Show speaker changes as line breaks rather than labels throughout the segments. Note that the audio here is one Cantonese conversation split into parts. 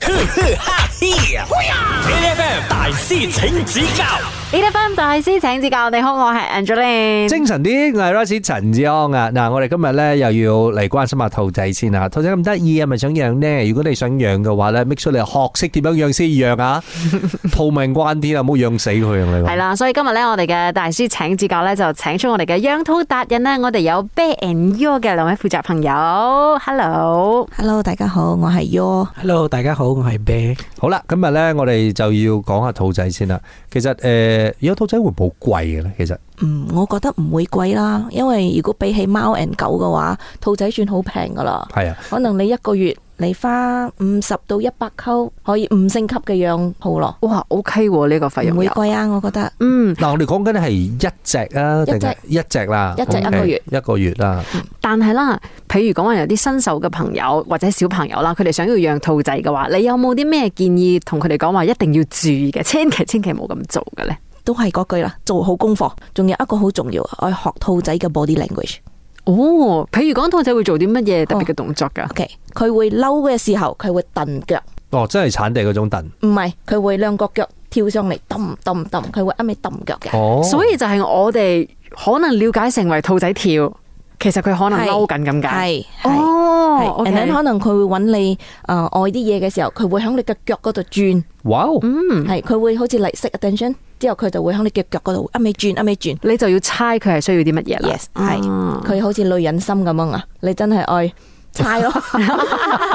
哈嘿！A.F.M. 大師請指教
呢啲 f 大師請指教，你好，我係 Angeline。
精神啲，我係 Royce 陳志安啊！嗱，我哋今日咧又要嚟關心下兔仔先啊！兔仔咁得意啊，係咪想養呢？如果你想養嘅話咧，make sure 你學識點樣養先養啊！兔命關天啊，唔好養死佢啊！你
係啦，所以今日咧，我哋嘅大師請指教咧，就請出我哋嘅養兔達人咧，我哋有 Bear and Yo 嘅兩位負責朋友，Hello。
Hello，大家好，我係 Yo。
Hello，大家好，我係 Bear。
好啦，今日咧我哋就要講下兔仔先啦。其實誒，有兔仔會唔會好貴嘅咧？其實
嗯，我覺得唔會貴啦，因為如果比起貓 and 狗嘅話，兔仔算好平噶啦。
係啊，
可能你一個月你花五十到一百溝，可以五星級嘅養兔咯，
哇，OK 喎，呢個費
唔
用
會
又
貴啊，我覺得。
嗯，
嗱，我哋講緊係一隻啊，定係一隻啦，
一隻一個月
OK，一個月啦，
但係啦，譬如講話有啲新手嘅朋友或者小朋友啦，佢哋想要養兔仔嘅話，你有冇啲咩建議同佢哋講話一定要注意嘅？千祈千祈冇咁做嘅咧。
都係嗰句啦，做好功課。仲有一個好重要，我係學兔仔嘅 body language。
哦，譬如講兔仔會做啲乜嘢特別嘅動作㗎？
OK，佢會嬲嘅時候，佢會蹬腳，
哦，真係產地嗰種燉，
唔係佢會兩個腳跳上嚟揼揼揼，佢會一味揼腳嘅。
哦，
所以就係我哋可能了解成為兔仔跳，其實佢可能
係
嬲緊咁解。
係係。係
哦
and then
，OK，
可能佢會揾你誒呃愛啲嘢嘅時候，佢會喺你嘅腳嗰度轉，
哇哦，
嗯，
係佢會好似嚟 set attention 之後，佢就會喺你嘅腳嗰度一味轉一味轉
你就要猜佢係需要啲乜嘢啦。
，yes 係
啊
佢好似女人心咁樣啊！你真係愛 猜咯，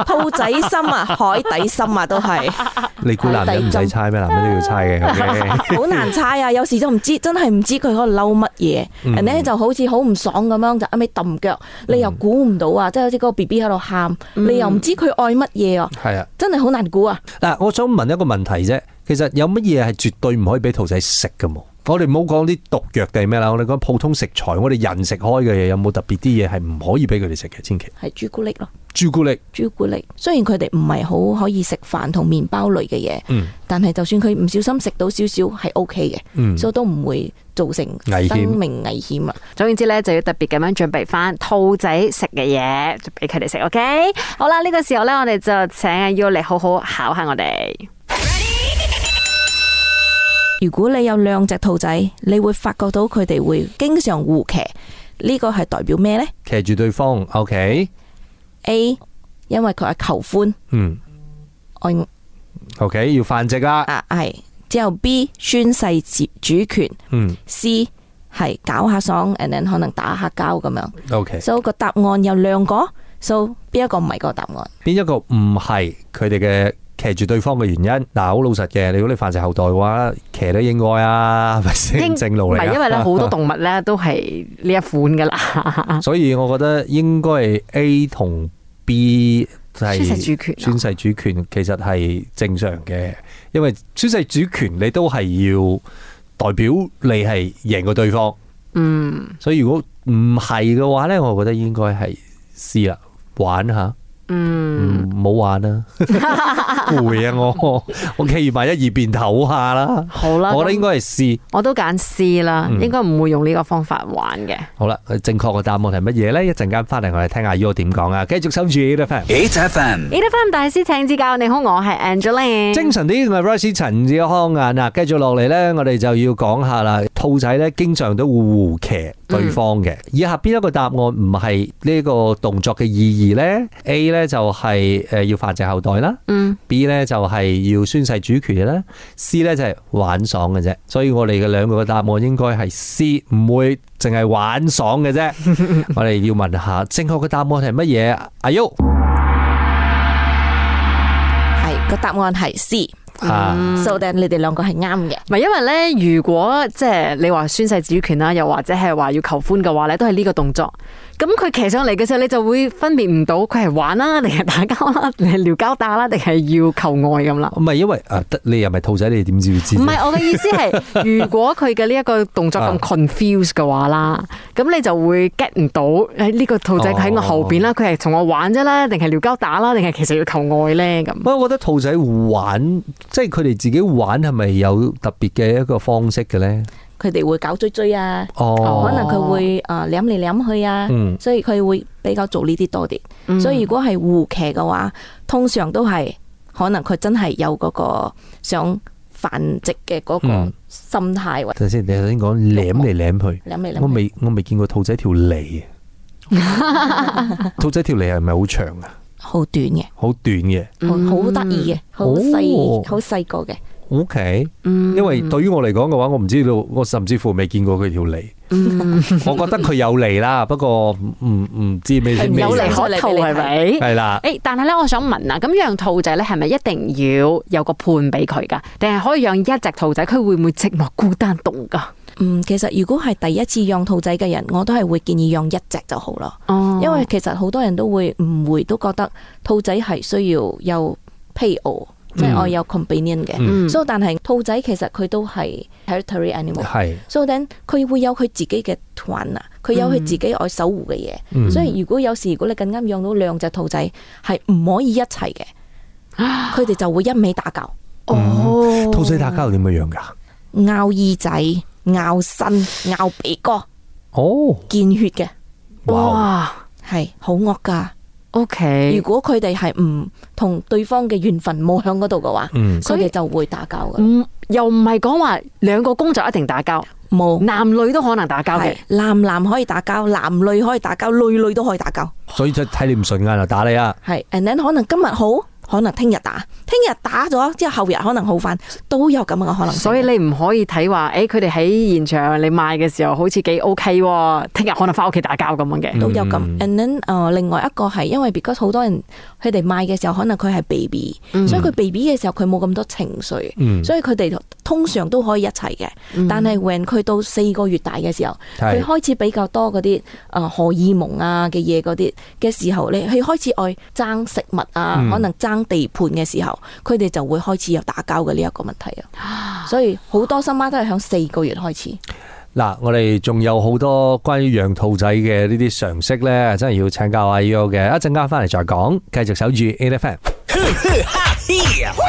兔仔心啊，海底心啊，都係
你估男人唔使猜咩？男人都要猜嘅，OK。
好難猜啊！有時都唔知，真係唔知佢喺度嬲乜
嗯
嘢，人咧就好似好唔爽咁樣就一味揼腳，你又估唔到啊！即係好似嗰個 B B 喺度喊，
嗯
你又唔知佢愛乜嘢啊！
係啊，
真係好難估啊！
嗱，我想問一個問題啫，其實有乜嘢係絕對唔可以俾兔仔食嘅冇？我哋唔好講啲毒藥定係咩啦，我哋講普通食材，我哋人食開嘅嘢有冇特別啲嘢係唔可以俾佢哋食嘅？千祈
係朱古力咯。
朱古力，
朱古力，雖然佢哋唔係好可以食飯同麵包類嘅嘢，
嗯
但係就算佢唔小心食到少少係 O K 嘅，
嗯，
所以都唔會造成
危險
生命危險啊！
總言之咧，就要特別咁樣準備翻兔仔食嘅嘢，就俾佢哋食。OK，好啦，呢、個時候咧，我哋就請阿 U 嚟好好考下我哋。
如果你有兩隻兔仔，你會發覺到佢哋會經常互騎，呢個係代表咩呢
騎住對方，OK，
a 因為佢係求歡，
嗯
愛
，OK，要繁殖啦，
啊係之後 B 宣誓主主權
嗯
，C 係搞下爽，and then 可能打下交咁樣。
，OK，
所以個答案有兩個，so 邊一個唔係個答案？
邊一個唔係佢哋嘅騎住對方嘅原因？嗱，好老實嘅，如果你繁殖後代嘅話，騎都應該啊，係咪
應
先正
唔
路嚟
係
啊
因為咧，好多動物咧都係呢一款噶啦，
所以我覺得應該係 A 同 B 係
宣誓主權啊
宣誓主權其實係正常嘅，因為宣誓主權你都係要代表你係贏過對方，
嗯
所以如果唔係嘅話呢，我覺得應該係 C 啦，玩下，
嗯。
唔好 玩啦，攰啊我，我企埋一二邊唞下啦，
好啦，
我覺得應
咁
該係 C。
我都揀 C 啦，
嗯
應該唔會用呢個方法玩嘅。
好啦，正確嘅答案係乜嘢呢？一陣間翻嚟我哋聽下 U 點講啊，繼續收住呢個 FM。
，A.F.M.
e f m 大師請指教，你好，我係 Angeline。
精神啲，我係 Rice 陳志康啊！嗱，繼續落嚟咧，我哋就要講下啦。兔仔咧，經常都會互騎對方嘅。以下邊一個答案唔係呢個動作嘅意義呢 a 呢就係誒要繁殖後代啦
嗯，
，B 呢就係要宣誓主權啦，C 呢就係玩爽嘅啫。所以我哋嘅兩個嘅答案應該係 C，唔會淨係玩爽嘅啫。我哋要問下正確嘅答案係乜嘢？阿 U
係個答案係 C，so
啊，
then 你哋兩個係啱嘅。
唔係因為咧，如果即係你話宣誓主權啦，又或者係話要求歡嘅話咧，都係呢個動作。咁佢騎上嚟嘅時候，你就會分別唔到佢係玩啦，定係打交啦， 定係撩交打啦，定係要求愛咁啦。
唔係因為啊，得你又唔係兔仔，你點知會知
唔
啫？
係我嘅意思係，如果佢嘅呢一個動作咁
啊
confuse 嘅話啦，咁你就會 get 唔到誒呢個兔仔佢喺我後邊啦，佢係同我玩啫啦，定係撩交打啦，定係其實要求愛咧咁。
不過我覺得兔仔玩，即係佢哋自己玩係咪有特別嘅一個方式嘅咧？
佢哋會搞追追啊，
哦，
可能佢會誒舐嚟舐去啊，
嗯
所嗯
嗯
以佢會比較做呢啲多啲。所以如果係互騎嘅話，通常都係。可能佢真係有嗰個想繁殖嘅嗰個
嗯
心態或者
等陣先，你頭先講舐嚟舐去，
諗哦嚟
我
諗去，
未我未見過兔仔條脷，啊 兔仔條脷係咪好長啊？
好短嘅，
好短嘅
好好得意嘅，好
哦
細好細個嘅。
，OK。因
嗯
為對於我嚟講嘅話，我唔知道，我甚至乎未見過佢條脷。
嗯
我覺得佢有脷啦，不過唔唔知咩
係
咩
有利可
脷
圖係咪？
係啦。
诶，但係咧，我想問啊，咁養兔仔咧，係咪一定要有個伴俾佢噶？定係可以養一隻兔仔，佢會唔會寂寞孤單凍噶？
嗯，其實如果係第一次養兔仔嘅人，我都係會建議養一隻就好啦。
哦
因為其實好多人都會誤會，都覺得兔仔係需要有配偶，即係我有 companion 嘅。
嗯
所以但係兔仔其實佢都係 territory animal。
係，
所以 then 佢會有佢自己嘅團啊，佢有佢自己愛守護嘅嘢。
嗯
所以如果有時如果你咁啱養到兩隻兔仔，係唔可以一 齊嘅，佢哋就會一味打交，
哦
嗯兔仔打交係點樣樣㗎？
咬耳仔、咬身、咬鼻哥，
哦，
見血嘅，
哇，
哇
係好惡㗎。如
，OK，
果佢哋係唔同對方嘅緣分冇喺嗰度嘅話，
嗯
佢哋就會打交嘅。
唔嗯又唔係講話兩個工作一定打交，
冇
男女都可能打交
哦係
嘅。
男男可以打交，男女可以打交，女女都可以打交。
所以就睇你唔順眼就打你啊！
係 a n d then 可能今日好，可能聽日打，聽日打咗之後後日可能好翻，都有咁嘅可能性。
所以你唔可以睇話，诶，佢哋喺現場你賣嘅時候好似幾 OK，喎聽日可能翻屋企打交咁樣嘅。
嗯都有咁。and
嗯
then 呃另外一個係因為 because 好多人佢哋買嘅時候，可能佢係 baby，、所嗯
嗯
以佢 baby 嘅時候佢冇咁多情緒，
嗯
所以佢哋通常都可以一齊嘅。
嗯
但係 when 佢到四個月大嘅時候，
係
佢開始比較多嗰啲誒荷爾蒙啊嘅嘢嗰啲嘅時候咧，佢開始愛爭食物啊，可能爭地盤嘅時候，佢哋就會開始有打交嘅呢一個問題啊。所以好多新媽都係響四個月開始。
嗱，我哋仲有好多關於養兔仔嘅呢啲常識咧，真係要請教阿 U 嘅。一陣間翻嚟再講，繼續守住 A F M。
A F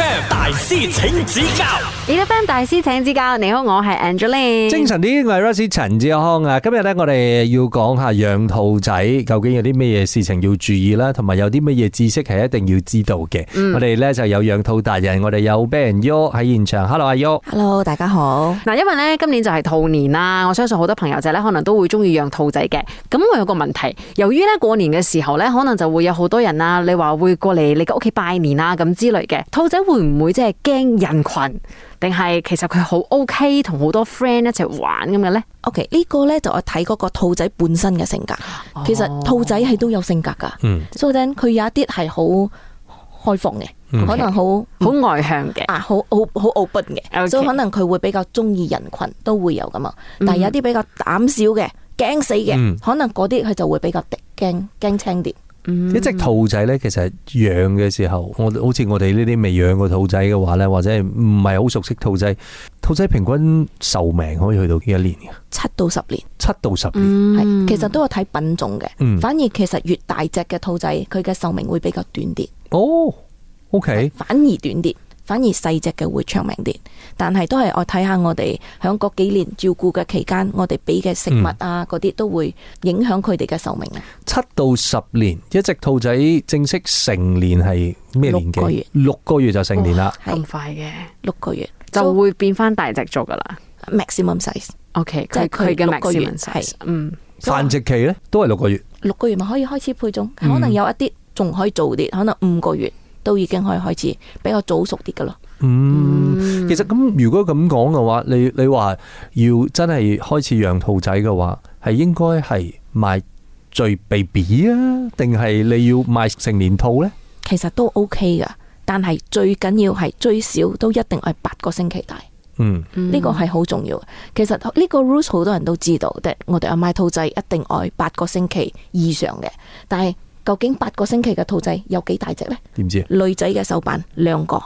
M 大師請指教
你得 f 大師請指教，你好，我係 Angeline。
精神啲，我係 Rusty 陳志康啊。今日咧，我哋要講下養兔仔究竟有啲咩嘢事情要注意啦，同埋有啲乜嘢知識係一定要知道嘅。我哋咧就有養兔達人，我哋有 Ben U 喺現場。Hello，阿 U。
Hello，大家好。
嗱，因為咧今年就係兔年啦，我相信好多朋友仔咧可能都會中意養兔仔嘅。咁我有個問題，由於咧過年嘅時候咧，可能就會有好多人啊，你話會過嚟你嘅屋企拜年啊咁之類嘅，兔仔會唔會即係驚人群，定係其實佢好 OK 同好多 friend 一齊玩咁嘅咧？
OK，呢個呢就我睇嗰個兔仔本身嘅性格。其實兔仔係都有性格噶，
嗯
所以等佢有一啲係好開放嘅，可能好
好外向嘅，
啊好好好 open 嘅，
OK 嗯
所以可能佢會比較中意人群都會有噶嘛。但係有啲比較膽小嘅、驚死
嗯
嘅，可能嗰啲佢就會比較敵驚驚青啲。
一隻兔仔咧，其實養嘅時候，我好似我哋呢啲未養過兔仔嘅話咧，或者係唔係好熟悉兔仔，兔仔平均壽命可以去到幾多年嘅？
七到十年，
七到十年。
嗯
係其實都有睇品種嘅。
嗯
反而其實越大隻嘅兔仔，佢嘅壽命會比較短啲。
哦，OK，
反而短啲，反而細只嘅會長命啲。但係都係我睇下我哋響嗰幾年照顧嘅期間，我哋俾嘅食
嗯
物啊嗰啲、都會影響佢哋嘅壽命啊。
七到十年，一隻兔仔正式成年係咩年
六個
紀
月？哦
六個月就成年啦。
咁
係
快嘅，
六個月
就會變翻大隻咗噶啦。
So, maximum size，
OK，
哦即係
佢佢嘅
佢六個月
maximum size，
係
嗯。
繁殖期咧都係六個月。
六個月咪可以開始配種，可能有一啲仲可以早啲，可能五個月都已經可以開始比較早熟啲噶咯。
嗯，其實咁如果咁講嘅話，你你話要真係開始養兔仔嘅話，係應該係賣最 baby 啊，定係你要賣成年兔呢？
其實都 OK 噶，但係最緊要係最少都一定係八個星期大。
嗯，
呢個係好重要嘅。其實呢個 rules 好多人都知道，但我哋阿買兔仔一定愛八個星期以上嘅。但係究竟八個星期嘅兔仔有幾大隻呢？
點知？
女仔嘅手板兩個，
哦，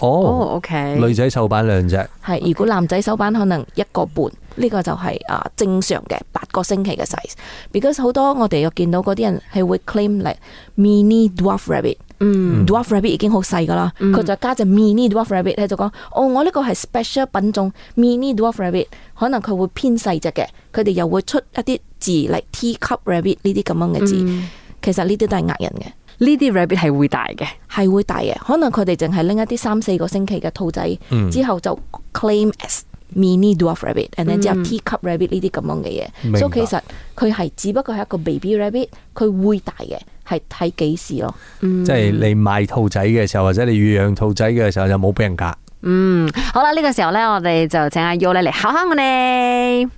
哦，OK，
女仔手板兩隻，
係如果男仔手板可能一個半，呢、個就係啊正常嘅八個星期嘅 size。because 好多我哋又見到嗰啲人係會 claim 嚟 mini dwarf rabbit。dwarf rabbit 已經好細噶啦，佢就加隻 mini dwarf rabbit 喺度講，哦，我呢個係 special 品種 mini dwarf rabbit，可能佢會偏細隻嘅，佢哋又會出一啲字嚟 T cup rabbit 呢啲咁樣嘅字，其實呢啲都係呃人嘅。
呢啲 rabbit 係會大嘅。
係會大嘅，可能佢哋淨係拎一啲三四個星期嘅兔仔，
嗯
之後就 claim as mini dwarf rabbit，and then 之後 teacup rabbit 呢啲咁樣
明
嘅嘢，
白
所以其實佢係只不過係一個 baby rabbit，佢會大嘅，係睇幾時咯。
即係你賣兔仔嘅時候，或者你預養兔仔嘅時候，就冇俾人夾。
嗯，好啦，呢、個時候咧，我哋就請阿 U 咧嚟考下我哋。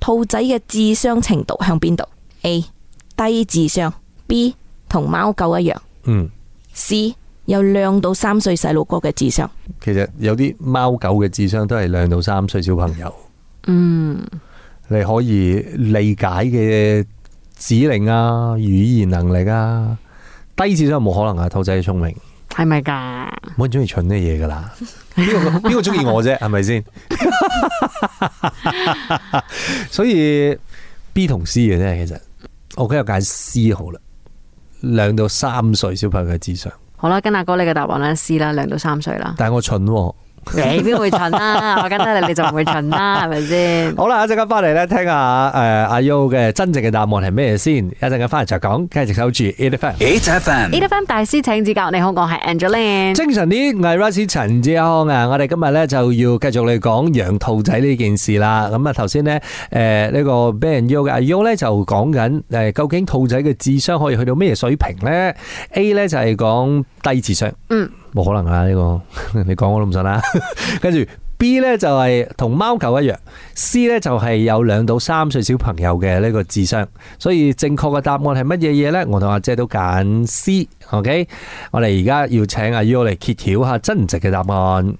兔仔嘅智商程度向邊度？A 低智商，B 同貓狗一樣
嗯，
，C 有兩到三歲細路哥嘅智商。
其實有啲貓狗嘅智商都係兩到三歲小朋友。
嗯，
你可以理解嘅指令啊、語言能力啊，低智商冇可能啊！兔仔聰明，
係咪㗎？
冇人中意蠢嘅嘢噶啦。邊個邊個中意我啫？係咪先？所以 B 同 C 嘅啫，其實我今日揀 C 好啦，兩到三歲小朋友嘅智商，。
好啦，跟阿哥你嘅答案啦，C 啦，兩到三歲啦
但係我蠢、喎。
你邊會蠢啊 啦？我跟得你，你就唔會蠢啊啦，係咪先？
好啦，一陣間翻嚟咧，聽下誒阿 U 嘅真正嘅答案係咩先？一陣間翻嚟就講，繼續守住 e l e p h a n
，H F M，
E F M 大師請指教，你好，我係 Angeline。
精神啲，魏 r u s 陳志康啊！我哋今日咧就要繼續嚟講養兔仔呢件事啦。咁啊，頭先咧，誒呢個 Ben U 嘅阿 U 咧就講緊誒，究竟兔仔嘅智商可以去到咩水平咧？A 咧就係講低智商，
嗯，
冇可能啊呢個， 你講我都唔信啦。跟住 B 咧就係同貓狗一樣，C 咧就係有兩到三歲小朋友嘅呢個智商。所以正確嘅答案係乜嘢嘢呢？我同阿姐都揀 C。OK，我哋而家要請阿 U 嚟揭曉下真值嘅答案。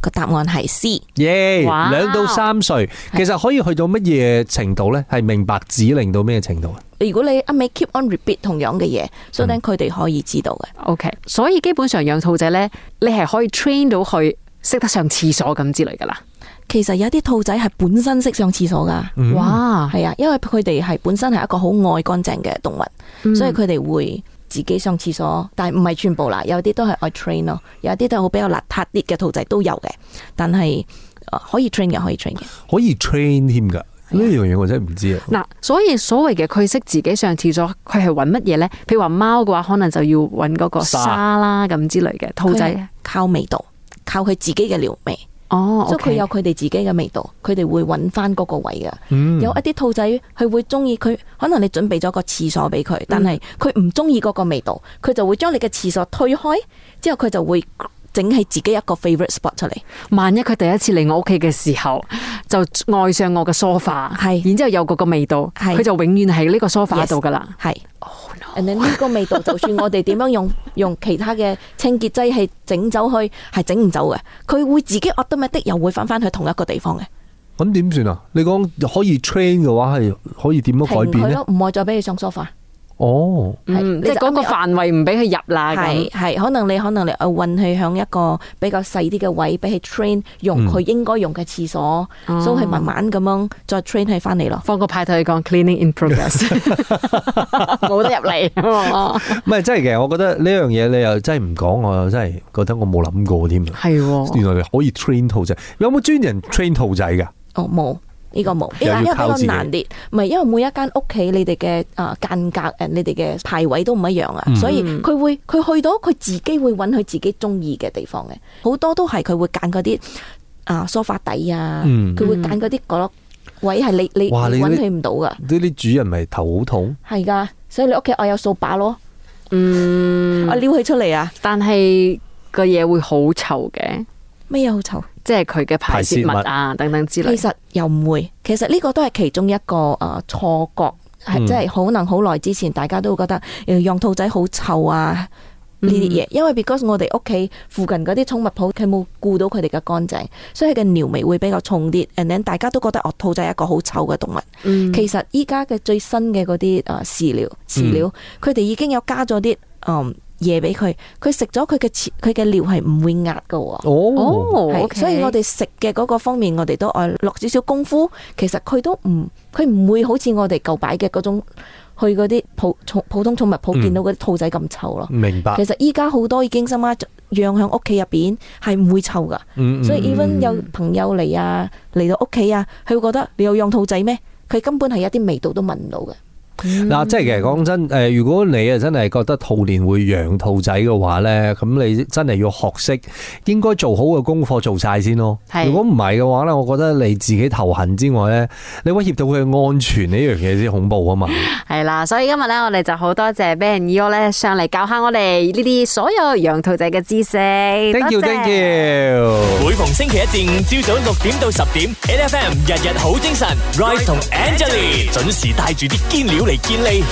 個答案係 C。
耶，
哇
兩到三歲，其實可以去到乜嘢程度呢？係明白指令到咩程度啊？
如果你一味 keep on repeat 同樣嘅嘢，
嗯
所以等佢哋可以知道嘅。
O K，所以基本上養兔仔咧，你係可以 train 到佢識得上廁所咁之類噶啦。
其實有一啲兔仔係本身識上廁所噶，
哇，
係啊，因為佢哋係本身係一個好愛乾淨嘅動物，所以佢哋會自己上廁所，但係唔係全部啦，有啲都係愛 train 咯，有啲都係好比較邋遢啲嘅兔仔都有嘅，但係呃可以 train 嘅，可以 train 嘅。
可以 train 添
啊
㗎。呢樣嘢我真係唔知啊！
嗱，所以所謂嘅佢識自己上廁所，佢係揾乜嘢咧？譬如話貓嘅話，可能就要揾嗰個
沙
沙啦咁之類嘅。兔
佢係
仔
靠味道，靠佢自己嘅尿味，
啊哦
所以佢
，OK，
有佢哋自己嘅味道，佢哋會揾翻嗰個位嘅。
嗯
有一啲兔仔佢會中意佢，可能你準備咗個廁所俾佢，但係佢唔中意嗰個味道，佢就會將你嘅廁所推開，之後佢就會整起自己一個 favorite spot 出嚟。
萬一佢第一次嚟我屋企嘅時候，就愛上我嘅 sofa，
係
然之後有嗰個味道，
係
佢就永遠喺呢個 sofa 度噶啦。
係。
Oh,
And then 呢個味道，就算我哋點樣用 用其他嘅清潔劑係整走去，係整唔走嘅。佢會自己 automatic 又會翻翻去同一個地方嘅，
咁點算啊？你講可以 train 嘅話，係可以點樣
停
改變
佢
呢？
咯，唔愛再俾佢上 sofa。
哦，
係
嗯
你
即係
就
嗰個
啱啱
範圍唔俾佢入啦。咁
係係，可能你可能你啊運佢向一個比較細啲嘅位，俾佢 train 用
嗯
佢應該用嘅廁所，
嗯哦
所以佢慢慢咁樣再 train 佢翻嚟咯。
放個派對講 cleaning in progress，冇得入嚟。
唔係真係嘅，我覺得呢樣嘢你又真係唔講，我又真係覺得我冇諗過添啊。
係
哦
喎，
原來你可以 train 兔仔，有冇專人 train 兔仔㗎？
哦，冇。呢個冇，
又要
呢個因為比
靠
較
自己
難啲，唔係因為每一間屋企你哋嘅啊間隔誒，你哋嘅排位都唔一樣啊，
嗯
所以佢會佢去到佢自己會揾佢自己中意嘅地方嘅，好多都係佢會揀嗰啲啊梳化底啊，
嗯
佢會揀嗰啲角落位係你你
哇你
揾
呢
佢唔到噶。
呢啲主人咪頭好痛，
係噶，所以你屋企我有掃把咯，
嗯，
我撩佢出嚟啊，
但係個嘢會好臭嘅，
咩嘢好臭？
即係佢嘅排泄物啊等等之
其
類。
實又唔會，其實呢個都係其中一個诶错、覺，係
嗯
即係可能好耐之前大家都會覺得诶養兔仔好臭啊。
嗯
呢啲嘢，因為 because 我哋屋企附近嗰啲寵物鋪，佢冇顧到佢哋嘅乾淨，所以佢嘅尿味會比較重啲。and then 大家都覺得哦，兔仔係一個好臭嘅動物。
嗯
其實依家嘅最新嘅嗰啲誒飼料飼料，佢哋、已經有加咗啲誒嘢俾佢，佢食咗佢嘅切佢嘅尿係唔會壓嘅喎。
哦，
哦
係，所以我
哋
哋食嘅嗰個方面，我哋都愛落少少功夫。其實佢都唔，佢唔會好似我哋舊擺嘅嗰種去嗰啲普寵普通寵物鋪
嗯
見到嗰啲兔仔咁臭咯。
明白
其。實依家好多已經深媽養喺屋企入邊係唔會臭噶，
嗯嗯
所以 even 有朋友嚟啊嚟到屋企啊，佢會覺得你有養兔仔咩？佢根本係一啲味道都聞唔到嘅。
嗯
嗱，即係其實講真，诶、如果你啊真係覺得兔年會養兔仔嘅話咧，咁你真係要學識應該做好嘅功課做晒先咯。
係
如果唔係嘅話咧，我覺得你自己頭痕之外咧，你威脅到佢嘅安全呢樣嘢先恐怖 啊嘛。
系啦，所以今日咧，我哋就好多謝 Ben Yo 咧上嚟教下我哋呢啲所有養兔仔嘅知識。
Thank
多謝
you，thank you。
每逢星期一至五朝早六點到十點，N F M 日日好精神，Rise 同 Angelie 準時帶住啲堅料嚟健利。